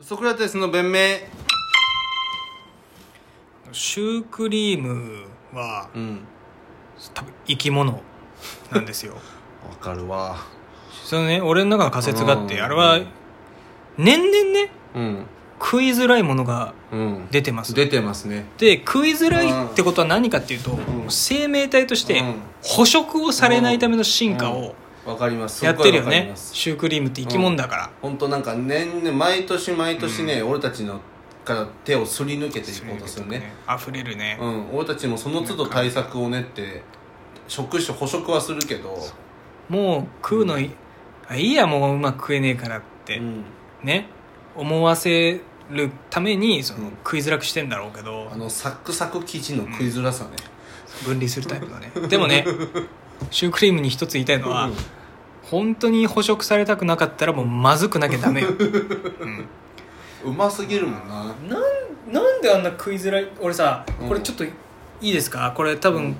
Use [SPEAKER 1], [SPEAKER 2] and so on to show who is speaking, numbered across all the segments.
[SPEAKER 1] ソクラテスの弁明
[SPEAKER 2] シュークリームは
[SPEAKER 1] うん
[SPEAKER 2] 多分生き物なんで すよ
[SPEAKER 1] わかるわ
[SPEAKER 2] そのね俺の中の仮説があっ
[SPEAKER 1] う
[SPEAKER 2] て
[SPEAKER 1] ん
[SPEAKER 2] あれは年々ね
[SPEAKER 1] うん
[SPEAKER 2] 食いづらいものが
[SPEAKER 1] うん
[SPEAKER 2] 出てます
[SPEAKER 1] 出てますね
[SPEAKER 2] で食いづらいってことは何かっていうと、
[SPEAKER 1] ん
[SPEAKER 2] 生命体として
[SPEAKER 1] うん
[SPEAKER 2] 捕食をされないための進化を
[SPEAKER 1] わかります
[SPEAKER 2] やってるよ
[SPEAKER 1] すごいわかり
[SPEAKER 2] ね
[SPEAKER 1] ます
[SPEAKER 2] シュークリームって生き物だから、
[SPEAKER 1] 本当なんか年々毎年毎年ね、俺たちのから手をすり抜けていこうとするね
[SPEAKER 2] 溢れるね、
[SPEAKER 1] うん俺たちもその都度対策を練って食種捕食はするけど
[SPEAKER 2] もう食うのいあいいやもううまく食えねえからって、
[SPEAKER 1] うん
[SPEAKER 2] ね思わせるためにその
[SPEAKER 1] うん
[SPEAKER 2] 食いづらくしてんだろうけど
[SPEAKER 1] あのサクサク生地の食いづらさね、
[SPEAKER 2] 分離するタイプだね でもねシュークリームに一つ言いたいのは、
[SPEAKER 1] うん
[SPEAKER 2] 本当に捕食されたくなかったらもうまずくなきゃ ダメよ、うん
[SPEAKER 1] うますぎるもんな
[SPEAKER 2] なんなんであんな食いづらい俺さ
[SPEAKER 1] うん
[SPEAKER 2] これちょっといいですかこれ多分、
[SPEAKER 1] うん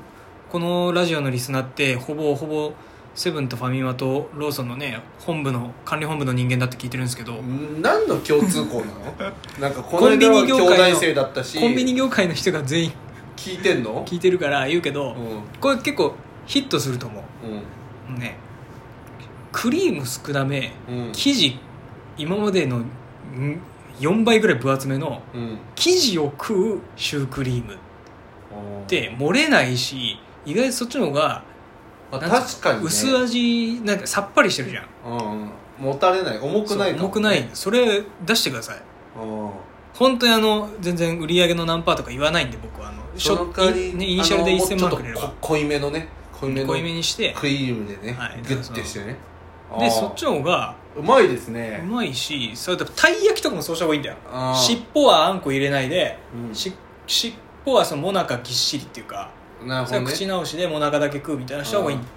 [SPEAKER 2] このラジオのリスナーってほぼほぼセブンとファミマとローソンのね本部の管理本部の人間だって聞いてるんですけど、
[SPEAKER 1] ん何の共通項な のなんかこ
[SPEAKER 2] コ
[SPEAKER 1] の
[SPEAKER 2] ンビ
[SPEAKER 1] 間は
[SPEAKER 2] ニ業界の
[SPEAKER 1] 兄弟生だったし
[SPEAKER 2] コンビニ業界の人が全員
[SPEAKER 1] 聞いてんの
[SPEAKER 2] 聞いてるから言うけ
[SPEAKER 1] う
[SPEAKER 2] ど、
[SPEAKER 1] ん
[SPEAKER 2] これ結構ヒットすると思
[SPEAKER 1] うん
[SPEAKER 2] うねクリーム少なめ
[SPEAKER 1] うん
[SPEAKER 2] 生地今までのん4倍ぐらい分厚めの
[SPEAKER 1] うん
[SPEAKER 2] 生地を食うシュークリームって漏れないし意外とそっちの方が
[SPEAKER 1] あ
[SPEAKER 2] なんていうの
[SPEAKER 1] 確かに、ね、
[SPEAKER 2] 薄味なんかさっぱりしてるじゃん
[SPEAKER 1] うんうんもたれない重くない
[SPEAKER 2] そう
[SPEAKER 1] かも
[SPEAKER 2] 重くないそれ出してください
[SPEAKER 1] うん
[SPEAKER 2] 本当にあの全然売り上げの何パーとか言わないんで僕はあの
[SPEAKER 1] その代わり
[SPEAKER 2] しょね、イニシャルで
[SPEAKER 1] あの
[SPEAKER 2] 1000万くれ
[SPEAKER 1] ち
[SPEAKER 2] れ
[SPEAKER 1] ょっと
[SPEAKER 2] ば
[SPEAKER 1] こ濃いめのね濃いめの
[SPEAKER 2] 濃いめにして
[SPEAKER 1] クリームでね、
[SPEAKER 2] はい
[SPEAKER 1] ギュッてしてねあ
[SPEAKER 2] で
[SPEAKER 1] ー
[SPEAKER 2] そっちの方が
[SPEAKER 1] うまいです
[SPEAKER 2] う
[SPEAKER 1] ね
[SPEAKER 2] まいしそれとたい焼きとかもそうした方がいいんだよ
[SPEAKER 1] あー
[SPEAKER 2] 尻尾はあんこ入れないで、
[SPEAKER 1] うん
[SPEAKER 2] し尻尾はそのもなかぎっしりっていうか
[SPEAKER 1] なるほ
[SPEAKER 2] それ
[SPEAKER 1] ど
[SPEAKER 2] は
[SPEAKER 1] ね
[SPEAKER 2] 口直しでもなかだけ食うみたいなした方がいいんだよ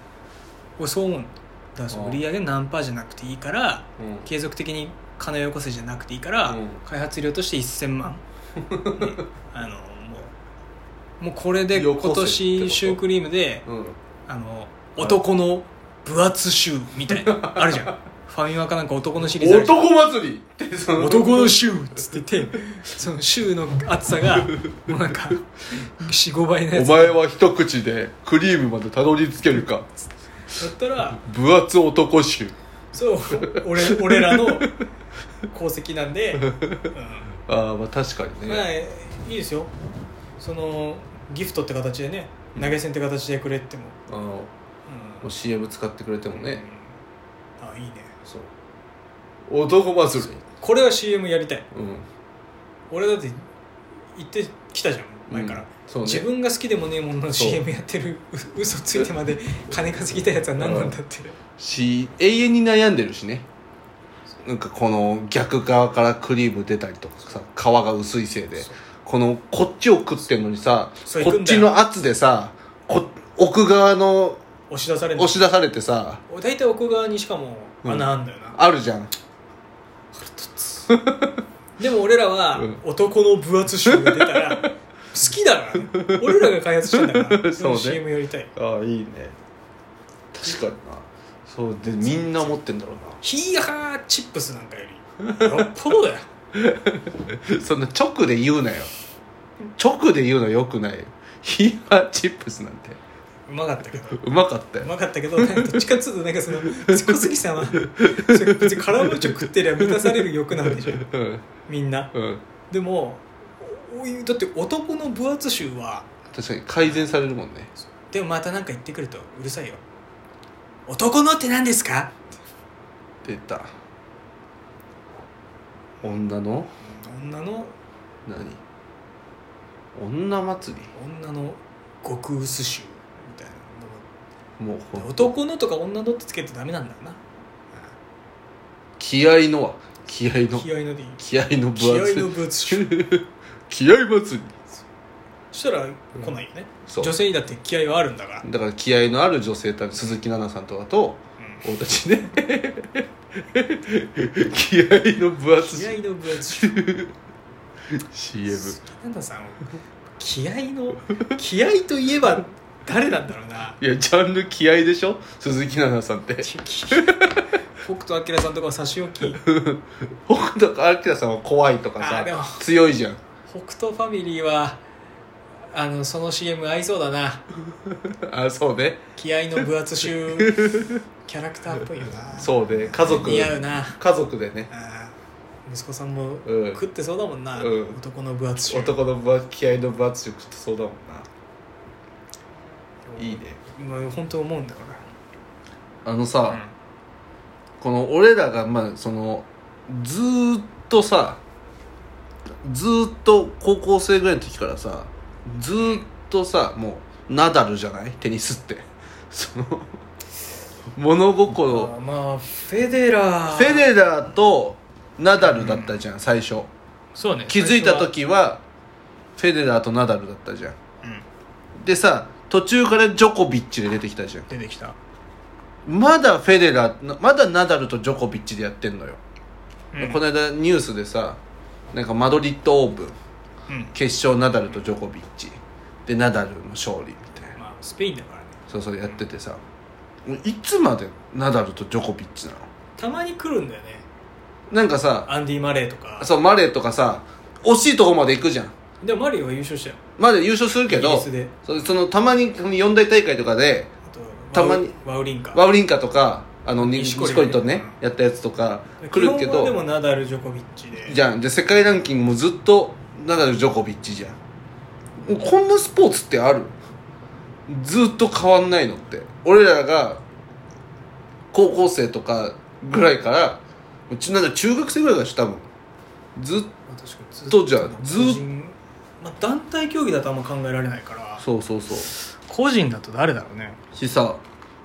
[SPEAKER 2] 俺そう思うんだだからその売り上げ何パーじゃなくていいから
[SPEAKER 1] うん
[SPEAKER 2] 継続的に金をよこせじゃなくていいから、
[SPEAKER 1] うん
[SPEAKER 2] 開発料として1000万、 ねあのもうもうこれで
[SPEAKER 1] よ
[SPEAKER 2] 今
[SPEAKER 1] こせってこと
[SPEAKER 2] 年シュークリームで、
[SPEAKER 1] うん
[SPEAKER 2] あの男の分厚シューみたいなある じゃんファミマかなんか男のシリーズあるじゃん
[SPEAKER 1] 男祭りってその
[SPEAKER 2] 男のシューっつって言ってそのシューの厚さがもうなんか45倍のや
[SPEAKER 1] お
[SPEAKER 2] つだ
[SPEAKER 1] 前は一口でクリームまでたどり着けるか
[SPEAKER 2] ったら
[SPEAKER 1] 分厚男臭
[SPEAKER 2] そう俺俺らの功績なんで、
[SPEAKER 1] ああまあ確か
[SPEAKER 2] う
[SPEAKER 1] に
[SPEAKER 2] ん、
[SPEAKER 1] ね、
[SPEAKER 2] まあいいですよそのギフトって形でね投げ銭って形でくれっても、
[SPEAKER 1] あのも
[SPEAKER 2] う
[SPEAKER 1] うん CM 使ってくれてもね、
[SPEAKER 2] うんあいいね
[SPEAKER 1] そう男祭り
[SPEAKER 2] これは CM やりたい
[SPEAKER 1] うん
[SPEAKER 2] 俺だって行ってきたじゃん前から、
[SPEAKER 1] うんそうね
[SPEAKER 2] 自分が好きでもねえものの
[SPEAKER 1] そう
[SPEAKER 2] CM やってるう嘘ついてまで金稼ぎたいやつは何なんだって
[SPEAKER 1] し永遠に悩んでるしねなんかこの逆側からクリーム出たりとかさ皮が薄いせいで
[SPEAKER 2] そう
[SPEAKER 1] このこっちを食ってんのにさ
[SPEAKER 2] そう
[SPEAKER 1] こっちの圧でさこ奥側の
[SPEAKER 2] 押し出される
[SPEAKER 1] 押し出されてさ
[SPEAKER 2] 大体奥側にしかも穴あんだよな、
[SPEAKER 1] あるじゃん
[SPEAKER 2] でも俺らは
[SPEAKER 1] うん
[SPEAKER 2] 男の分厚集が出た ら好きだからね俺らが開発したんだから
[SPEAKER 1] そうね
[SPEAKER 2] CM やりたい
[SPEAKER 1] ああいいね確かになそうでみんな持ってんだろ
[SPEAKER 2] ヒーハーチップスなんかよりよっぽどだよ
[SPEAKER 1] うな そんな直で言うなよ直で言うのよくない よヒーハーチップスなんて
[SPEAKER 2] うまかったけど
[SPEAKER 1] うまかったよ
[SPEAKER 2] うまかったけどなんかどっちかっつうとなんかその小杉さんはそれ別にカラムーチョ食ってりゃ満たされる欲なんでしょ
[SPEAKER 1] うん
[SPEAKER 2] みんな
[SPEAKER 1] うん
[SPEAKER 2] でもおおいだって男の分厚集は
[SPEAKER 1] 確かに改善されるもんね
[SPEAKER 2] でもまたなんか言ってくるとうるさいよ男のって何ですか
[SPEAKER 1] 出た女の
[SPEAKER 2] 女の
[SPEAKER 1] 何女祭
[SPEAKER 2] 女の極薄臭みたいなのも
[SPEAKER 1] りもうほん
[SPEAKER 2] 男のとか女のってつけてダメなんだよな
[SPEAKER 1] 気合のは気合の
[SPEAKER 2] 気合いのでいい
[SPEAKER 1] 気合の
[SPEAKER 2] 気合
[SPEAKER 1] 分厚
[SPEAKER 2] の
[SPEAKER 1] い
[SPEAKER 2] ブーツ臭
[SPEAKER 1] 気合祭り
[SPEAKER 2] そしたら来ないよね、
[SPEAKER 1] そう
[SPEAKER 2] 女性にだって気合はあるんだから、
[SPEAKER 1] だから気合のある女性たち鈴木奈々さんとかと俺たちね 気合の分厚
[SPEAKER 2] 気
[SPEAKER 1] さ
[SPEAKER 2] 合の分厚臭
[SPEAKER 1] CM
[SPEAKER 2] なんださん気合の気合といえば誰なんだろうない
[SPEAKER 1] やジャンル気合でしょ鈴木奈々さんって
[SPEAKER 2] ち北斗晶さんとかは差し置き
[SPEAKER 1] 北斗晶さんは怖いとか
[SPEAKER 2] あーでも
[SPEAKER 1] さ強いじゃん
[SPEAKER 2] 北斗ファミリーはあのその CM 合いそうだな
[SPEAKER 1] あそうね
[SPEAKER 2] 気合の分厚集キャラクターっぽいよな
[SPEAKER 1] そうね家族
[SPEAKER 2] 似合うな
[SPEAKER 1] 家族でね
[SPEAKER 2] あー息子さんも
[SPEAKER 1] うん
[SPEAKER 2] 食ってそうだもんな、
[SPEAKER 1] うん
[SPEAKER 2] 男の分厚集
[SPEAKER 1] 男の分気合の分厚くってそうだもんないいね
[SPEAKER 2] もう本当思うんだか
[SPEAKER 1] あの
[SPEAKER 2] ら、
[SPEAKER 1] さ、この俺らがまあそのずーっとさずーっと高校生ぐらいの時からさずーっとさもうナダルじゃないテニスって その物心
[SPEAKER 2] あーまあフェデラー
[SPEAKER 1] フェデラーとナダルだったじゃん最初
[SPEAKER 2] そうね
[SPEAKER 1] 気づいた
[SPEAKER 2] 最初
[SPEAKER 1] 時はフェデラーとナダルだったじゃん
[SPEAKER 2] はうん
[SPEAKER 1] でさ途中からジョコビッチで出てきたじゃん
[SPEAKER 2] 出てきた、
[SPEAKER 1] まだフェデラーまだナダルとジョコビッチでやってんのよ
[SPEAKER 2] うん
[SPEAKER 1] この間ニュースでさなんかマドリッドオープン
[SPEAKER 2] うん
[SPEAKER 1] 決勝ナダルとジョコビッチでナダルの勝利みたいな
[SPEAKER 2] まあ、スペインだからね
[SPEAKER 1] そうそうやっててさいつまでナダルとジョコビッチなの
[SPEAKER 2] たまに来るんだよね
[SPEAKER 1] なんかさ
[SPEAKER 2] アンディ・マレーとか
[SPEAKER 1] そうマレーとかさ惜しいとこまで行くじゃん
[SPEAKER 2] でもマレーは優勝したよ
[SPEAKER 1] まだ優勝するけ
[SPEAKER 2] イギ
[SPEAKER 1] ど
[SPEAKER 2] リスで
[SPEAKER 1] そそのたまにその四大大会とかで
[SPEAKER 2] あと
[SPEAKER 1] たまに
[SPEAKER 2] ワウワウリンカ
[SPEAKER 1] ワウリンカとかあの
[SPEAKER 2] 錦
[SPEAKER 1] 錦
[SPEAKER 2] 織
[SPEAKER 1] 織、
[SPEAKER 2] ね
[SPEAKER 1] とねやったやつとか来るけ
[SPEAKER 2] 基本はで
[SPEAKER 1] ど
[SPEAKER 2] もナダル・ジョコビッチで
[SPEAKER 1] じゃんで世界ランキングもずっとナダルジョコビッチじゃんもうこんなスポーツってあるずっと変わんないのって俺らが高校生とかぐらいからうちなんか中学生ぐらいからしたもんずっ
[SPEAKER 2] まあ確かにず
[SPEAKER 1] とじゃんずっ
[SPEAKER 2] 個人まあ、団体競技だとあんま考えられないから
[SPEAKER 1] そうそうそう
[SPEAKER 2] 個人だと誰だろうね
[SPEAKER 1] しさ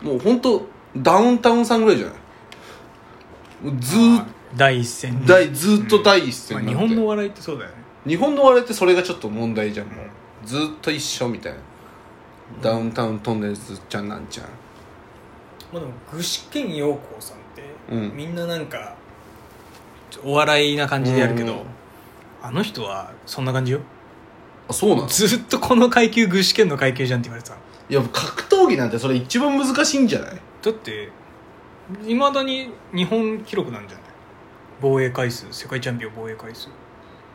[SPEAKER 1] もう本当ダウンタウンさんぐらいじゃないもうずーっ
[SPEAKER 2] 第一線
[SPEAKER 1] 第ずーっと第一
[SPEAKER 2] ま
[SPEAKER 1] 線
[SPEAKER 2] あ
[SPEAKER 1] なん
[SPEAKER 2] 日
[SPEAKER 1] て
[SPEAKER 2] 本のお笑いってそうだよね
[SPEAKER 1] 日本の笑いってそれがちょっと問題じゃんもうずーっと一緒みたいな、ダウンタウントンネルズちゃんなんちゃん
[SPEAKER 2] まあでも具志堅用高さんって、
[SPEAKER 1] うん
[SPEAKER 2] みんななんかちょお笑いな感じでやるけど、
[SPEAKER 1] うん
[SPEAKER 2] あの人はそんな感じよ
[SPEAKER 1] あそうなん
[SPEAKER 2] ずっとこの階級具志堅の階級じゃんって言われてた
[SPEAKER 1] いや格闘技なんてそれ一番難しいんじゃない
[SPEAKER 2] だっていまだに日本記録なんじゃない防衛回数世界チャンピオン防衛回数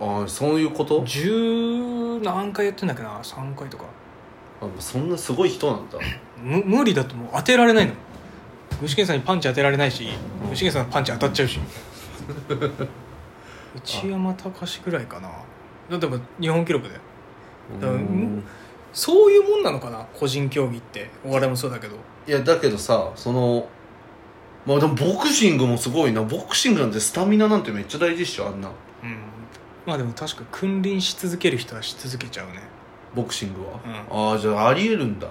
[SPEAKER 1] ああそういうこと
[SPEAKER 2] 十何回やってんだっけな3回とか
[SPEAKER 1] あそんなすごい人なんだ
[SPEAKER 2] む無理だともう当てられないの具志堅さんにパンチ当てられないし具志堅さんのパンチ当たっ ちゃうし内山隆ぐらいかなだってもう日本記録だよだから
[SPEAKER 1] うん
[SPEAKER 2] そういうもんなのかな個人競技ってお笑いもそうだけど
[SPEAKER 1] いやだけどさそのまあでもボクシングもすごいなボクシングなんてスタミナなんてめっちゃ大事っしょあんな
[SPEAKER 2] うんまあでも確か君臨し続ける人はし続けちゃうね、
[SPEAKER 1] ボクシングは、
[SPEAKER 2] う
[SPEAKER 1] ああじゃあありえるんだ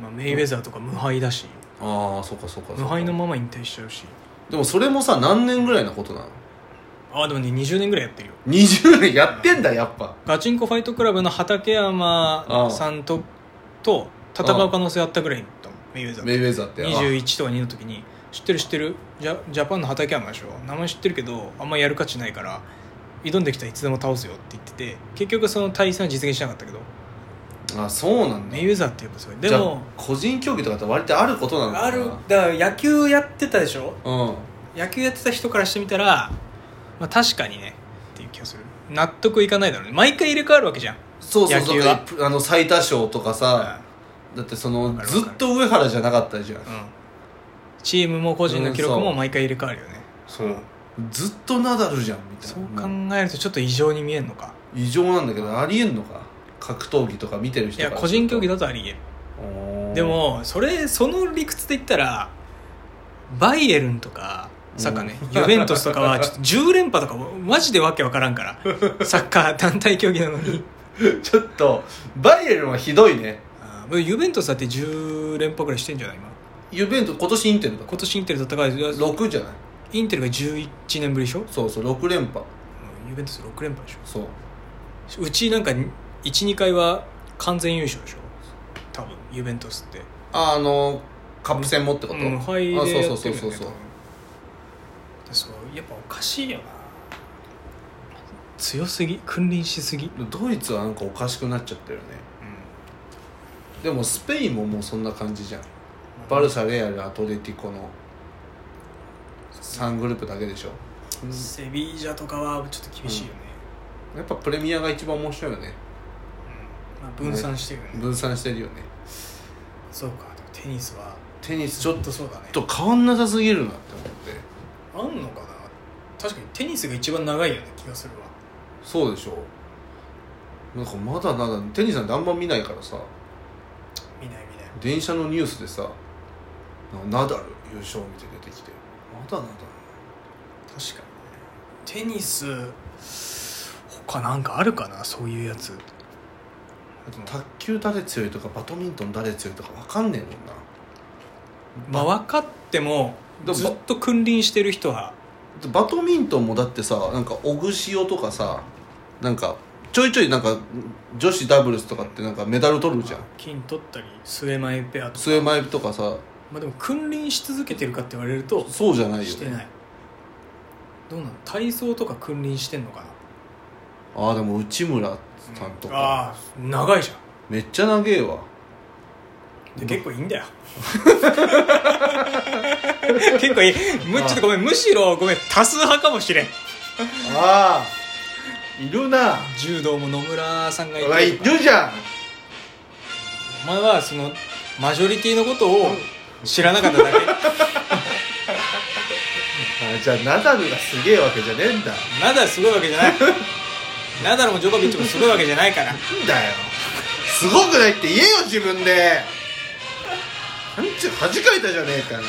[SPEAKER 2] まあ、メイウェザーとか無敗だし
[SPEAKER 1] ああそうかそうかそうか
[SPEAKER 2] 無敗のまま引退しちゃうし
[SPEAKER 1] でもそれもさ何年ぐらいのことなの
[SPEAKER 2] ああでもね20年ぐらいやってるよ
[SPEAKER 1] 20年やってんだやっぱ
[SPEAKER 2] ガチンコファイトクラブの畠山さんとと戦う可能性あったぐらいだったもんメイウェザーと
[SPEAKER 1] メイウェザーってあ
[SPEAKER 2] 21とか2の時に知ってる知ってるジャジャパンの畠山でしょ名前知ってるけどあんまやる価値ないから挑んできたらいつでも倒すよって言ってて結局その対戦は実現しなかったけど
[SPEAKER 1] あそうなんだ
[SPEAKER 2] メイウェザーってやっぱすごいで
[SPEAKER 1] じゃ
[SPEAKER 2] も
[SPEAKER 1] あ個人競技とかって割とあることなのか
[SPEAKER 2] あ
[SPEAKER 1] な
[SPEAKER 2] るだから野球やってたでしょ
[SPEAKER 1] うん
[SPEAKER 2] 野球やってた人からしてみたら、まあ、確かにねっていう気がする納得いかないだろうね毎回入れ替わるわけじゃん
[SPEAKER 1] そうそう
[SPEAKER 2] 野球は
[SPEAKER 1] そうあの最多勝とかさだってその
[SPEAKER 2] かるわか
[SPEAKER 1] ず
[SPEAKER 2] る
[SPEAKER 1] っと上原じゃなかったじゃん
[SPEAKER 2] うんチームも個人の記録も毎回入れ替わるよね、
[SPEAKER 1] そうずっとナダルじゃんみたいな
[SPEAKER 2] そう考えるとちょっと異常に見えるのか
[SPEAKER 1] 異常なんだけどありえんのか格闘技とか見てる
[SPEAKER 2] い
[SPEAKER 1] 人
[SPEAKER 2] や個人競技
[SPEAKER 1] だ
[SPEAKER 2] だとありえるでもそれその理屈で言ったらバイエルンとかサッカーね、ユベントスとかはちょっと10連覇とかもマジでわけわからんからサッカー団体競技なのに
[SPEAKER 1] ちょっとバイエルンはひどいね
[SPEAKER 2] あーユベントスだって10連覇ぐらいしてんじゃない今
[SPEAKER 1] ユベント今年インテルだ
[SPEAKER 2] 今年インテルと戦い
[SPEAKER 1] 6じゃない
[SPEAKER 2] インテルが11年ぶりでしょ
[SPEAKER 1] そうそう6連覇
[SPEAKER 2] ユベントス6連覇でし
[SPEAKER 1] そう
[SPEAKER 2] ょうちなんか12回は完全優勝でしょ多分ユベントスって
[SPEAKER 1] ああのカップ戦もってこと、
[SPEAKER 2] 無敗でや
[SPEAKER 1] あ
[SPEAKER 2] ってるよね
[SPEAKER 1] そうそうそうそうそう
[SPEAKER 2] 多分そうやっぱおかしいよな強すぎ君臨しすぎ、
[SPEAKER 1] ドイツはなんかおかしくなっちゃってるねでもスペインももうそんな感じじゃんバルサレアルアトレティコの3グループだけでしょ
[SPEAKER 2] セビージャとかはちょっと厳しいよね、
[SPEAKER 1] やっぱプレミアが一番面白いよね
[SPEAKER 2] まあ、分散してるよね
[SPEAKER 1] 分散してるよね
[SPEAKER 2] そうかでもテニスは
[SPEAKER 1] テニス
[SPEAKER 2] ち
[SPEAKER 1] ちょ
[SPEAKER 2] ょっ
[SPEAKER 1] っ
[SPEAKER 2] とそうだね
[SPEAKER 1] と変わんなさすぎるなって思って
[SPEAKER 2] あんのかな確かにテニスが一番長いよね気がするわ
[SPEAKER 1] そうでしょなんかまだまだテニスなんてあんま見ないからさ
[SPEAKER 2] 見ない見ない
[SPEAKER 1] 電車のニュースでさナダル優勝みたいに出てきてまだナダル
[SPEAKER 2] 確かにテニス他なんかあるかなそういうやつ
[SPEAKER 1] あと卓球誰強いとかバドミントン誰強いとか分かんねえも
[SPEAKER 2] まあ
[SPEAKER 1] んな
[SPEAKER 2] 分かっても
[SPEAKER 1] でも
[SPEAKER 2] ずっと君臨してる人は
[SPEAKER 1] バドミントンもだってさなんかオグシオとかさなんかちょいちょいなんか女子ダブルスとかってなんかメダル取るじゃん
[SPEAKER 2] 金取ったり末前ペアとか、
[SPEAKER 1] 末前とかさ
[SPEAKER 2] まあ、でも君臨し続けてるかって言われると
[SPEAKER 1] そうじゃないよ
[SPEAKER 2] して
[SPEAKER 1] ね
[SPEAKER 2] ないどうなの体操とか君臨してんのかな
[SPEAKER 1] ああでも内村さんとか
[SPEAKER 2] ああ長いじゃん
[SPEAKER 1] めっちゃ長えわ
[SPEAKER 2] で結構いいんだよ 結構いいむちょっとごめんむしろごめん多数派かもしれん
[SPEAKER 1] ああいるな
[SPEAKER 2] 柔道も野村さんがい
[SPEAKER 1] ほら
[SPEAKER 2] て
[SPEAKER 1] いるじゃん
[SPEAKER 2] お前はそのマジョリティのことを知らなかっただけ
[SPEAKER 1] あじゃあナダルがすげえわけじゃねえんだ
[SPEAKER 2] ナダルすごいわけじゃないナダルもジョコビッチもすごいわけじゃないから
[SPEAKER 1] なんだよすごくないって言えよ自分でなんちゅう恥かいたじゃねえかな